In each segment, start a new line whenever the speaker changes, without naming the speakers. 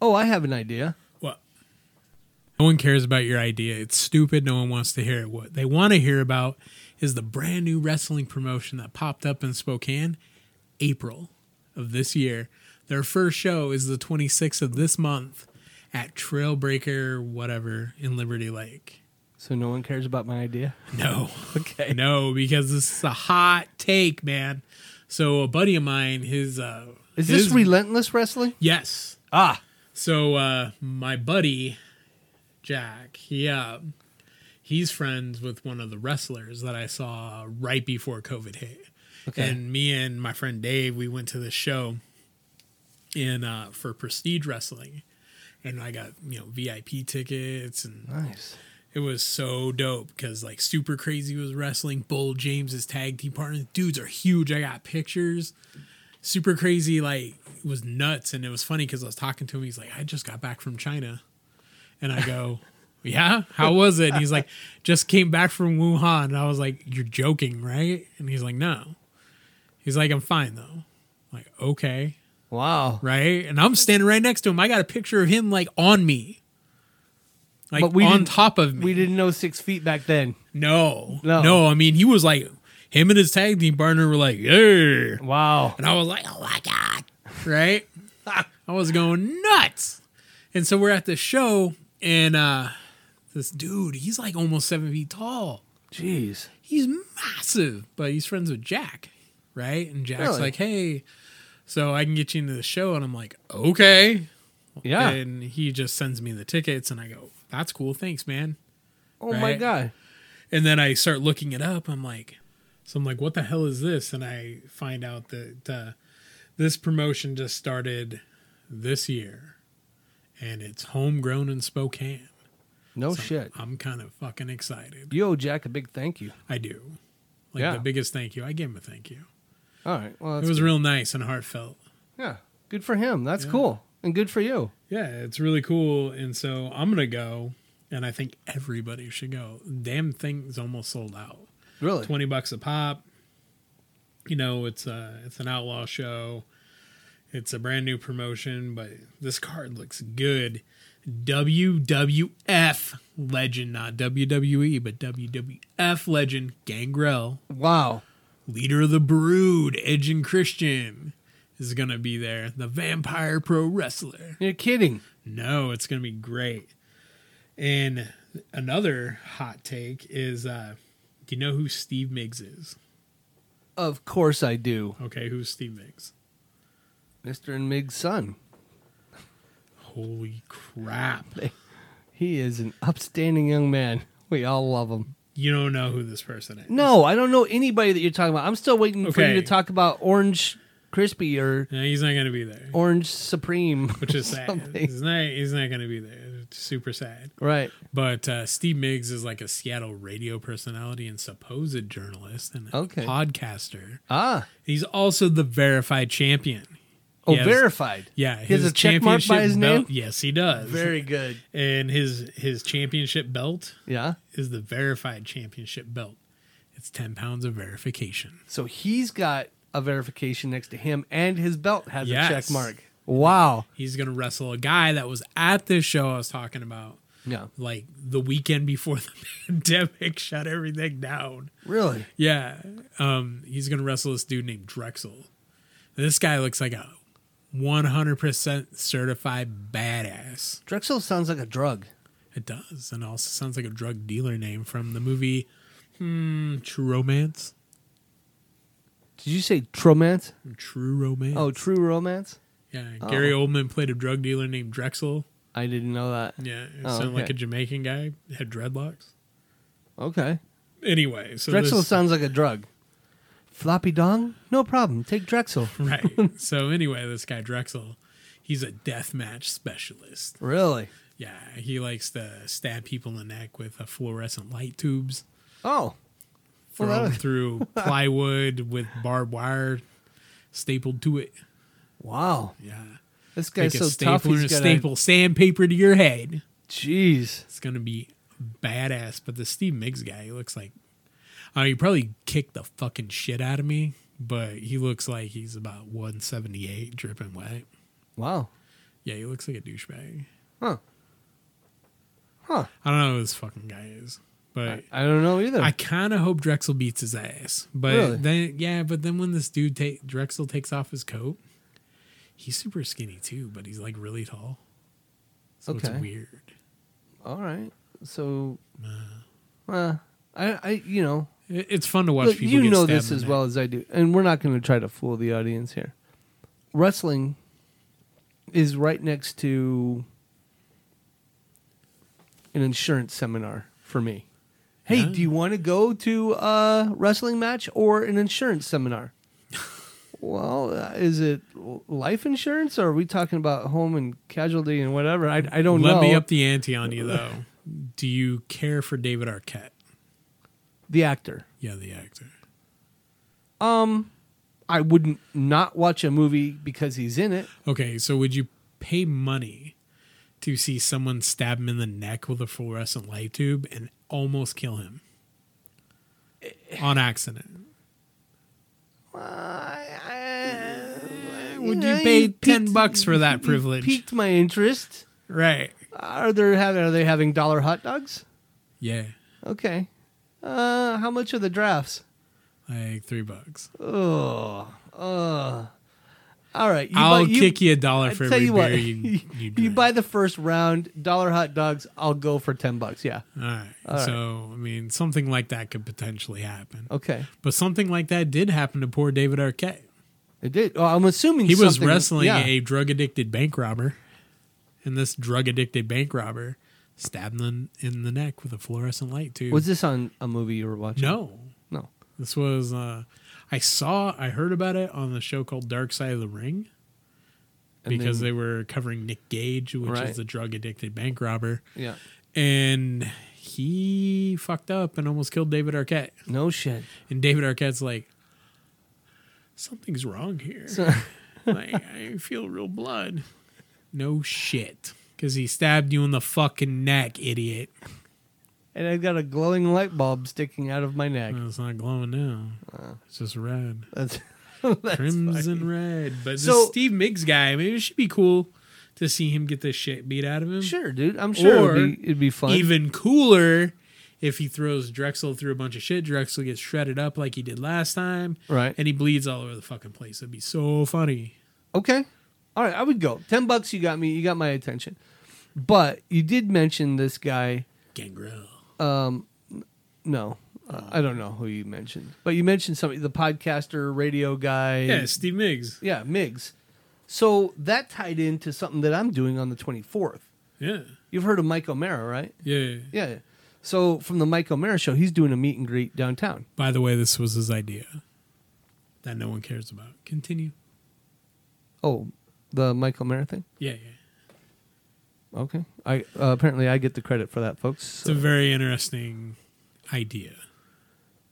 Oh, I have an idea.
What? No one cares about your idea. It's stupid. No one wants to hear it. What they want to hear about is the brand new wrestling promotion that popped up in Spokane, April of this year. Their first show is the 26th of this month at Trailbreaker, whatever, in Liberty Lake.
So no one cares about my idea.
No.
Okay.
No, because this is a hot take, man. So a buddy of mine, his uh
Is this
his-
relentless wrestling?
Yes.
Ah,
So uh my buddy Jack, he uh he's friends with one of the wrestlers that I saw right before COVID hit.
Okay.
And me and my friend Dave, we went to this show in uh for prestige wrestling. And I got, you know, VIP tickets and
nice.
it was so dope because like Super Crazy was wrestling, Bull James is tag team partner. Dudes are huge. I got pictures. Super Crazy like was nuts, and it was funny because I was talking to him. He's like, I just got back from China, and I go, Yeah, how was it? And he's like, Just came back from Wuhan. And I was like, You're joking, right? And he's like, No. He's like, I'm fine though. I'm like, okay,
Wow.
right? And I'm standing right next to him. I got a picture of him like on me. Like
But we
on
didn't-
top of me.
We didn't know six feet back then.
No,
No.
no, I mean, he was like, him and his tag team partner were like, yeah.
Wow.
And I was like, oh my God. Right? I was going nuts. And so we're at this show, and uh, this dude, he's like almost seven feet tall.
Jeez.
He's massive, but he's friends with Jack. Right? And Jack's
Really?
like, hey, so I can get you into the show. And I'm like, okay.
Yeah.
And he just sends me the tickets, and I go, that's cool. Thanks, man.
oh my
right.
god.
And then I start looking it up. I'm like, so I'm like, what the hell is this? And I find out that uh, this promotion just started this year, and it's homegrown in Spokane.
No Oh, shit.
I'm kind of fucking excited.
You owe Jack a big thank you.
I do. Like
Yeah.
the biggest thank you. I gave him a thank you.
All right. Well,
It
that's,
was real nice and heartfelt.
yeah. Good for him. That's cool. And good for you.
Yeah, it's really cool. And so I'm gonna go, and I think everybody should go. Damn thing's almost sold out.
Really.
20 bucks a pop you know it's a it's an outlaw show it's a brand new promotion but this card looks good WWF legend not WWE but WWF legend Gangrel
Wow.
leader of the brood Edge and Christian is going to be there the vampire pro wrestler
You're kidding.
no, it's going to be great. And another hot take is uh, do you know who Steve Miggs is?
Of course I do.
Okay, who's Steve Miggs?
Mr. and Mig's son.
Holy crap.
He is an upstanding young man. We all love him.
You don't know who this person is.
No, I don't know anybody that you're talking about. I'm still waiting for you
Okay.
to talk about Orange Crispy or
No, he's not going to be there,
Orange Supreme.
which is sad.
Something.
He's not, he's not going to be there. It's super sad.
Right.
But uh, Steve Miggs is like a Seattle radio personality and supposed journalist and
Okay.
podcaster.
Ah.
He's also the verified champion.
Oh,
Yes.
verified.
Yeah,
He has a check mark by
championship
his
belt-
name?
Yes, he does.
Very good.
and his his championship belt
Yeah.
is the verified championship belt. It's ten pounds of verification.
So he's got a verification next to him, and his belt has
Yes.
a check mark. Wow.
He's gonna wrestle a guy that was at this show I was talking about,
Yeah.
like the weekend before the pandemic shut everything down.
Really?
Yeah, um, he's gonna wrestle this dude named Drexel. This guy looks like a one hundred percent certified badass.
Drexel sounds like a drug.
It does, and also sounds like a drug dealer name from the movie hmm, True Romance.
Did you say Tromance?
True Romance.
Oh, True Romance?
Yeah, Gary Oldman played a drug dealer named Drexel.
I didn't know that.
Yeah, it
Oh,
sounded like
okay.
a Jamaican guy had dreadlocks.
Okay.
Anyway, so
Drexel
this-
sounds like a drug. Floppy dong? No problem. Take Drexel.
right. so anyway, this guy Drexel, he's a deathmatch specialist.
Really?
Yeah, he likes to stab people in the neck with uh, fluorescent light tubes,
Oh.
throw
Well, that
'em
was-
through plywood with barbed wire stapled to it.
Wow.
Yeah,
This
Take
guy's so
a
tough.
stapler
He's
and
got
staple sandpaper to your head.
Jeez.
It's gonna be badass. But the Steve Miggs guy, he looks like I mean, he probably kicked the fucking shit out of me, but he looks like he's about 178 dripping wet.
Wow.
Yeah, he looks like a douchebag.
Huh. Huh.
I don't know who this fucking guy is, but
I don't know either.
I kind of hope Drexel beats his ass. But
Really?
then, yeah, but then when this dude ta- Drexel takes off his coat, he's super skinny too, but he's like really tall. So
Okay.
it's weird.
All right. So, uh, I, I, you know,
It- It's fun to watch
look,
people.
you
get
know
stabbed
this
in
as
the
well
neck.
as I do, and we're not going to try to fool the audience here. Wrestling is right next to an insurance seminar for me. Hey,
Yeah.
do you want to go to a wrestling match or an insurance seminar? well, uh, is it life insurance or are we talking about home and casualty and whatever? I, I don't
Let
know.
me up the ante on you though. Do you care for David Arquette?
the actor.
Yeah, the actor.
I wouldn't not watch a movie because he's in it.
Okay, so would you pay money to see someone stab him in the neck with a fluorescent light tube and almost kill him
Eh.
on accident? Would you
know,
pay
you
ten
piqued-
bucks for that privilege?
Piqued my interest.
Right?
Are they having are they having dollar hot dogs?
Yeah,
Okay. Uh, how much are the drafts?
like three bucks.
Oh, uh. All right. You
I'll
buy, you,
kick you a dollar
I
for
tell
every
you
beer
what,
you you,
you
drink.
buy the first round dollar hot dogs. I'll go for ten bucks. Yeah.
All right.
All right. Oh.
So I mean, something like that could potentially happen.
Okay.
But something like that did happen to poor David Arquette.
It did. Oh, I'm assuming
He was
something-
wrestling
yeah.
a drug addicted bank robber, and this drug addicted bank robber stabbed him in the neck with a fluorescent light tube.
Was this on a movie you were watching?
no,
No.
this was uh, I saw I heard about it on the show called Dark Side of the Ring
And
because
then-
they were covering Nick Gage, which
Right.
is the drug addicted bank robber,
Yeah.
and he fucked up and almost killed David Arquette.
No shit.
And David Arquette's like, something's wrong here. like, I feel real blood. No shit. Because he stabbed you in the fucking neck, idiot.
And I've got a glowing light bulb sticking out of my neck.
No, it's not glowing now. It's just red.
That's, that's
Crimson
funny.
red. But
So-
this Steve Miggs guy, I mean, it should be cool to see him get the shit beat out of him.
Sure, dude. I'm sure
Or
it'd be, it'd be fun.
Even cooler if he throws Drexel through a bunch of shit. Drexel gets shredded up like he did last time.
Right.
And he bleeds all over the fucking place. It'd be so funny.
okay. All right, I would go. Ten bucks, you got me. You got my attention. But you did mention this guy. um,
Gangrel.
No, uh, I don't know who you mentioned, but you mentioned somebody, the podcaster, radio guy.
Yeah, Steve Miggs.
Yeah, Migs. So that tied into something that I'm doing on the 24th.
Yeah.
You've heard of Mike O'Mara, right?
Yeah.
Yeah. So from the Mike O'Mara show, he's doing a meet and greet downtown.
By the way, this was his idea that no one cares about. Continue.
Oh, the Mike O'Mara thing.
Yeah, yeah.
Okay. I uh, apparently I get the credit for that, folks.
It's a very interesting idea.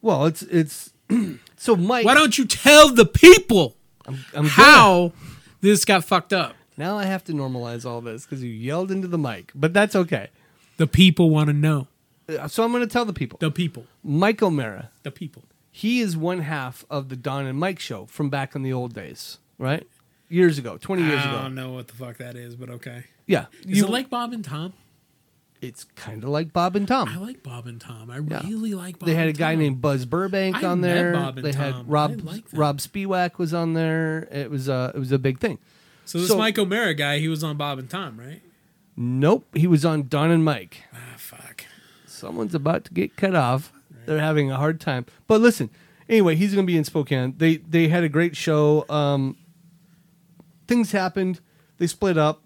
Well, it's it's so Mike.
Why don't you tell the people
I'm, I'm gonna-
how this got fucked up?
now I have to normalize all this because you yelled into the mic, but that's okay.
The people want to know.
Uh, So I'm going to tell the people.
The people.
Mike O'Mara,
The people.
he is one half of the Don and Mike show from back in the old days, right? Years ago, 20 years
I
ago.
don't know what the fuck that is, but okay.
Yeah,
Um, Is
You-
it like Bob and Tom?
it's kind of like Bob and
I
Tom.
like Bob and Tom. I
Yeah.
really like Bob
They had a
and
guy
Tom.
named Buzz Burbank
I
on
met
there.
Bob and
they
Tom.
had
I
Rob
like them.
Rob Spiewak was on there. It was uh, it was a big thing.
So this
so-
Mike O'Mara guy, he was on Bob and Tom, right?
Nope, he was on Don and Mike.
Ah, fuck.
someone's about to get cut off. They're having a hard time. But listen, anyway, he's going to be in Spokane. They they had a great show. Um, things happened. They split up.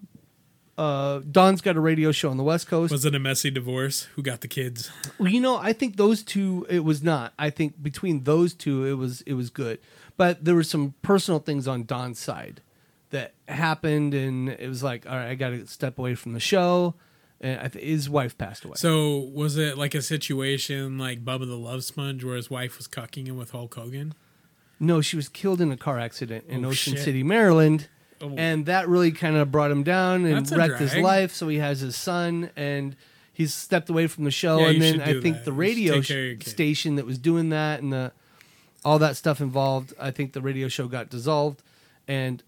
Uh, Don's got a radio show on the West Coast.
Was it a messy divorce? Who got the kids?
Well, you know, I think those two it was not. I think between those two it was it was good. But there were some personal things on Don's side that happened and it was like, all right, I got to step away from the show. And I th- his wife passed away.
So was it like a situation like Bubba the Love Sponge where his wife was cucking him with Hulk Hogan?
No, she was killed in a car accident in
Oh,
Ocean
shit.
City, Maryland.
Oh.
And that really kind of brought him down and
That's a
wrecked his
drag.
life. So he has his son and he's stepped away from the show.
Yeah, you
and then
should
I
do
think
that.
the
You should
radio
take care of your
sh-
kid.
station that was doing that and the all that stuff involved, I think the radio show got dissolved. And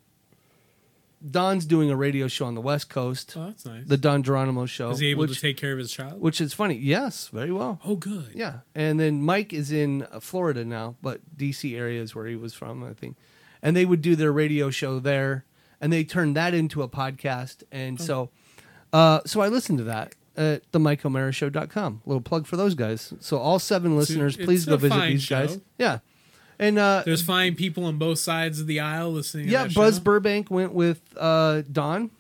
Don's doing a radio show on the West Coast,
Oh, that's nice.
the Don Geronimo show.
Is he able
which,
to take care of his child?
which is funny. Yes, very well.
oh, good.
Yeah, and then Mike is in uh, Florida now, but DC area is where he was from, I think. And they would do their radio show there, and they turned that into a podcast.
Oh.
And so, uh, so I listened to that at the MikeOmeraShow.com. Little plug for those guys. So all seven listeners,
it's
please
a
go visit
fine
these guys.
show.
Yeah, and uh,
There's fine people on both sides of the aisle listening.
yeah,
to that
Buzz
show.
Burbank went with uh, Don,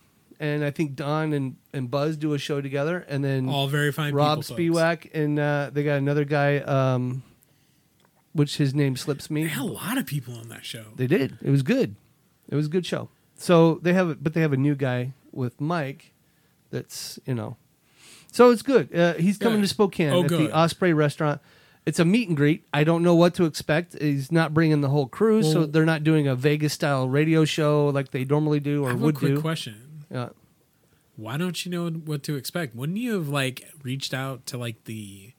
and I think Don and, and Buzz do a show together, and then
All very fine
Rob
people. folks.
Spiewak, and uh, they got another guy, um, which his name slips me.
They had a lot of people on that show.
They did. It was good. It was a good show. So they have, but they have a new guy with Mike. That's you know, so it's good. Uh, he's coming
Good.
to Spokane
Oh,
at
good.
the Osprey Restaurant. It's a meet and greet. I don't know what to expect. He's not bringing the whole crew, so
Well-
they're not doing a Vegas style radio show like they normally do
I
or
have
would
a quick
do.
question.
Yeah.
Why don't you know what to expect? Wouldn't you have like reached out to like the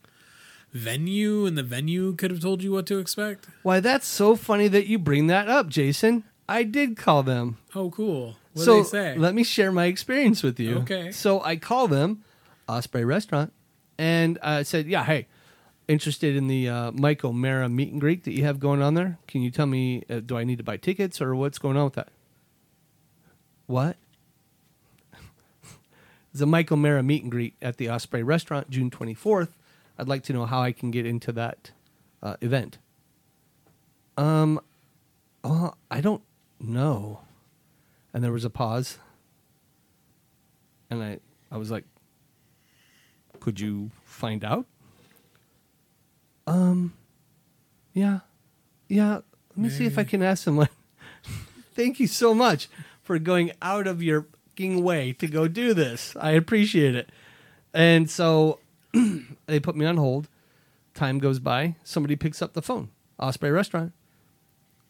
venue and the venue could have told you what to expect?
Why that's so funny that you bring that up, Jason. I did call them.
Oh, cool. What
so
did they say?
let me share my experience with you.
Okay.
So I call them, Osprey Restaurant, and I said, "Yeah, hey, interested in the uh, Mike O'Mara meet and greet that you have going on there? Can you tell me? Uh, do I need to buy tickets or what's going on with that? What? it's a Mike O'Mara meet and greet at the Osprey Restaurant, June twenty fourth. I'd like to know how I can get into that uh, event. Um, uh, I don't know. And there was a pause. And I, I was like, could you find out? Um, yeah. Yeah. Let me see if I
Maybe.
can ask someone. Thank you so much for going out of your fucking way to go do this. I appreciate it. And so they put me on hold. Time goes by. Somebody picks up the phone. Osprey Restaurant.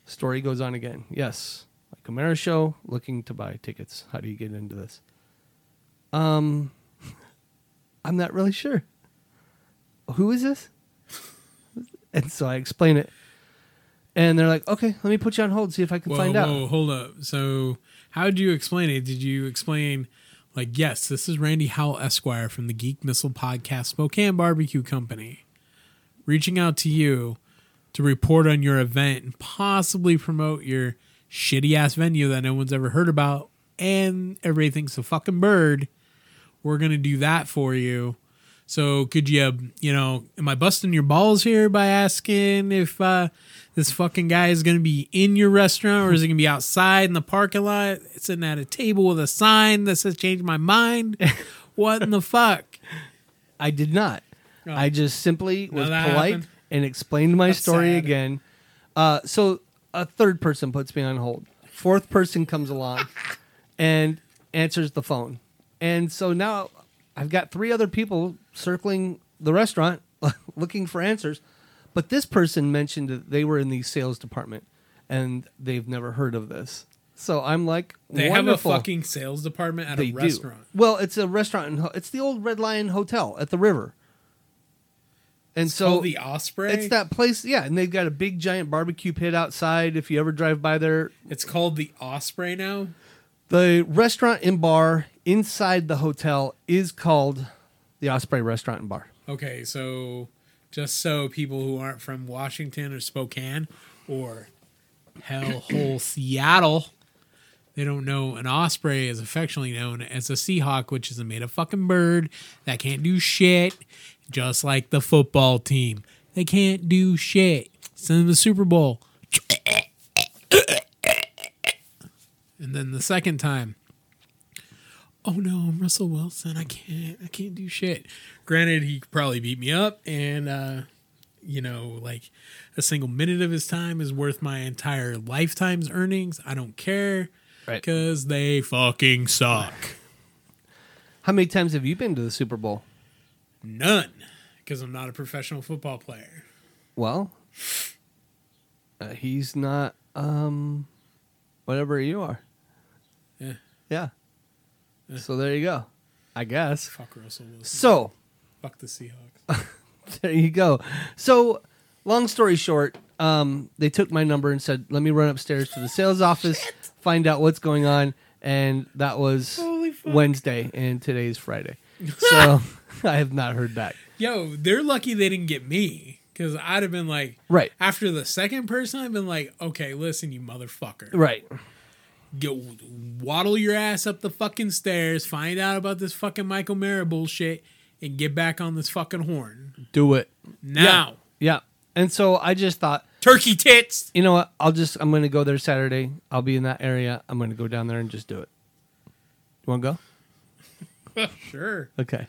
Story goes on again. Yes. Like Camara show, looking to buy tickets. How do you get into this? Um, I'm not really sure. Who is this? And so I explain it. And they're like, okay, let me put you on hold, see if I can
whoa,
find out.
whoa, hold up. So, how did you explain it? Did you explain, like, yes, this is Randy Howell Esquire from the Geek Missile Podcast Spokane Barbecue Company, reaching out to you to report on your event and possibly promote your shitty ass venue that no one's ever heard about, and everybody thinks a fucking bird. We're gonna do that for you. So could you, you know, am I busting your balls here by asking if uh, this fucking guy is going to be in your restaurant or is it going to be outside in the parking lot, sitting at a table with a sign that says "Change my mind"? what in the fuck?
I did not. I just simply was
Oh. that
polite
happened?
and explained my story
sad.
again. Uh, so a third person puts me on hold. Fourth person comes along and answers the phone. And so now I've got three other people circling the restaurant looking for answers. But this person mentioned that they were in the sales department and they've never heard of this. So I'm like,
They
wonderful.
have a fucking sales department at
They
a
do.
restaurant.
Well, it's a restaurant. In, Ho- it's the old Red Lion Hotel at the river. And so
So the Osprey.
it's that place, yeah. And they've got a big giant barbecue pit outside. If you ever drive by there,
It's called the Osprey now.
the restaurant and bar inside the hotel is called the Osprey Restaurant and Bar.
Okay, so just so people who aren't from Washington or Spokane or hell hole Seattle, they don't know an osprey is affectionately known as a Seahawk, which is a made up fucking bird that can't do shit, just like the football team. They can't do shit. Send them the Super Bowl. And then the second time, oh no, I'm Russell Wilson. I can't, I can't do shit. Granted, he could probably beat me up, and uh, you know, like a single minute of his time is worth my entire lifetime's earnings. I don't care,
Right.
Because they fucking suck.
How many times have you been to the Super Bowl?
None, because I'm not a professional football player.
Well, uh, he's not. Um, whatever you are.
Yeah.
Yeah.
Eh.
So there you go. I guess.
Fuck Russell Wilson.
So.
Fuck the Seahawks.
there you go. So, long story short, um, they took my number and said, "Let me run upstairs to the sales office, find out what's going on." and that was
Holy fuck.
Wednesday, and today's Friday. So I have not heard back.
Yo, they're lucky they didn't get me because I'd have been like,
Right.
after the second person, I've been like, okay, listen, you motherfucker.
Right.
Go waddle your ass up the fucking stairs, find out about this fucking Michael Mara bullshit, and get back on this fucking horn.
Do it.
Now,
Yeah. And so I just thought,
turkey tits.
you know what? I'll just I'm gonna go there Saturday. I'll be in that area. I'm gonna go down there and just do it. You wanna go?
Sure.
Okay.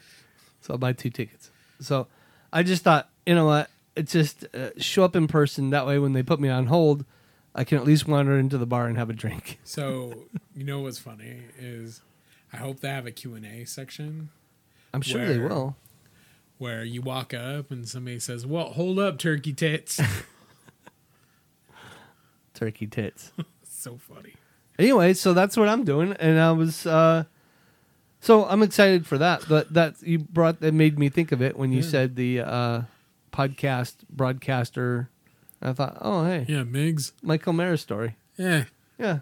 So I'll buy two tickets. So I just thought, you know what? It's just uh, show up in person. That way, when they put me on hold, I can at least wander into the bar and have a drink.
So, you know what's funny is I hope they have a Q&A section
I'm sure they
Where?
will.
where you walk up and somebody says, well, hold up, turkey tits.
Turkey tits.
so funny.
anyway, so that's what I'm doing, and I was uh, so I'm excited for that. But that you brought that made me think of it when you
Yeah.
said the uh, podcast broadcaster. I thought, oh hey,
Yeah, Migs.
Michael Mara story.
Yeah.
Yeah,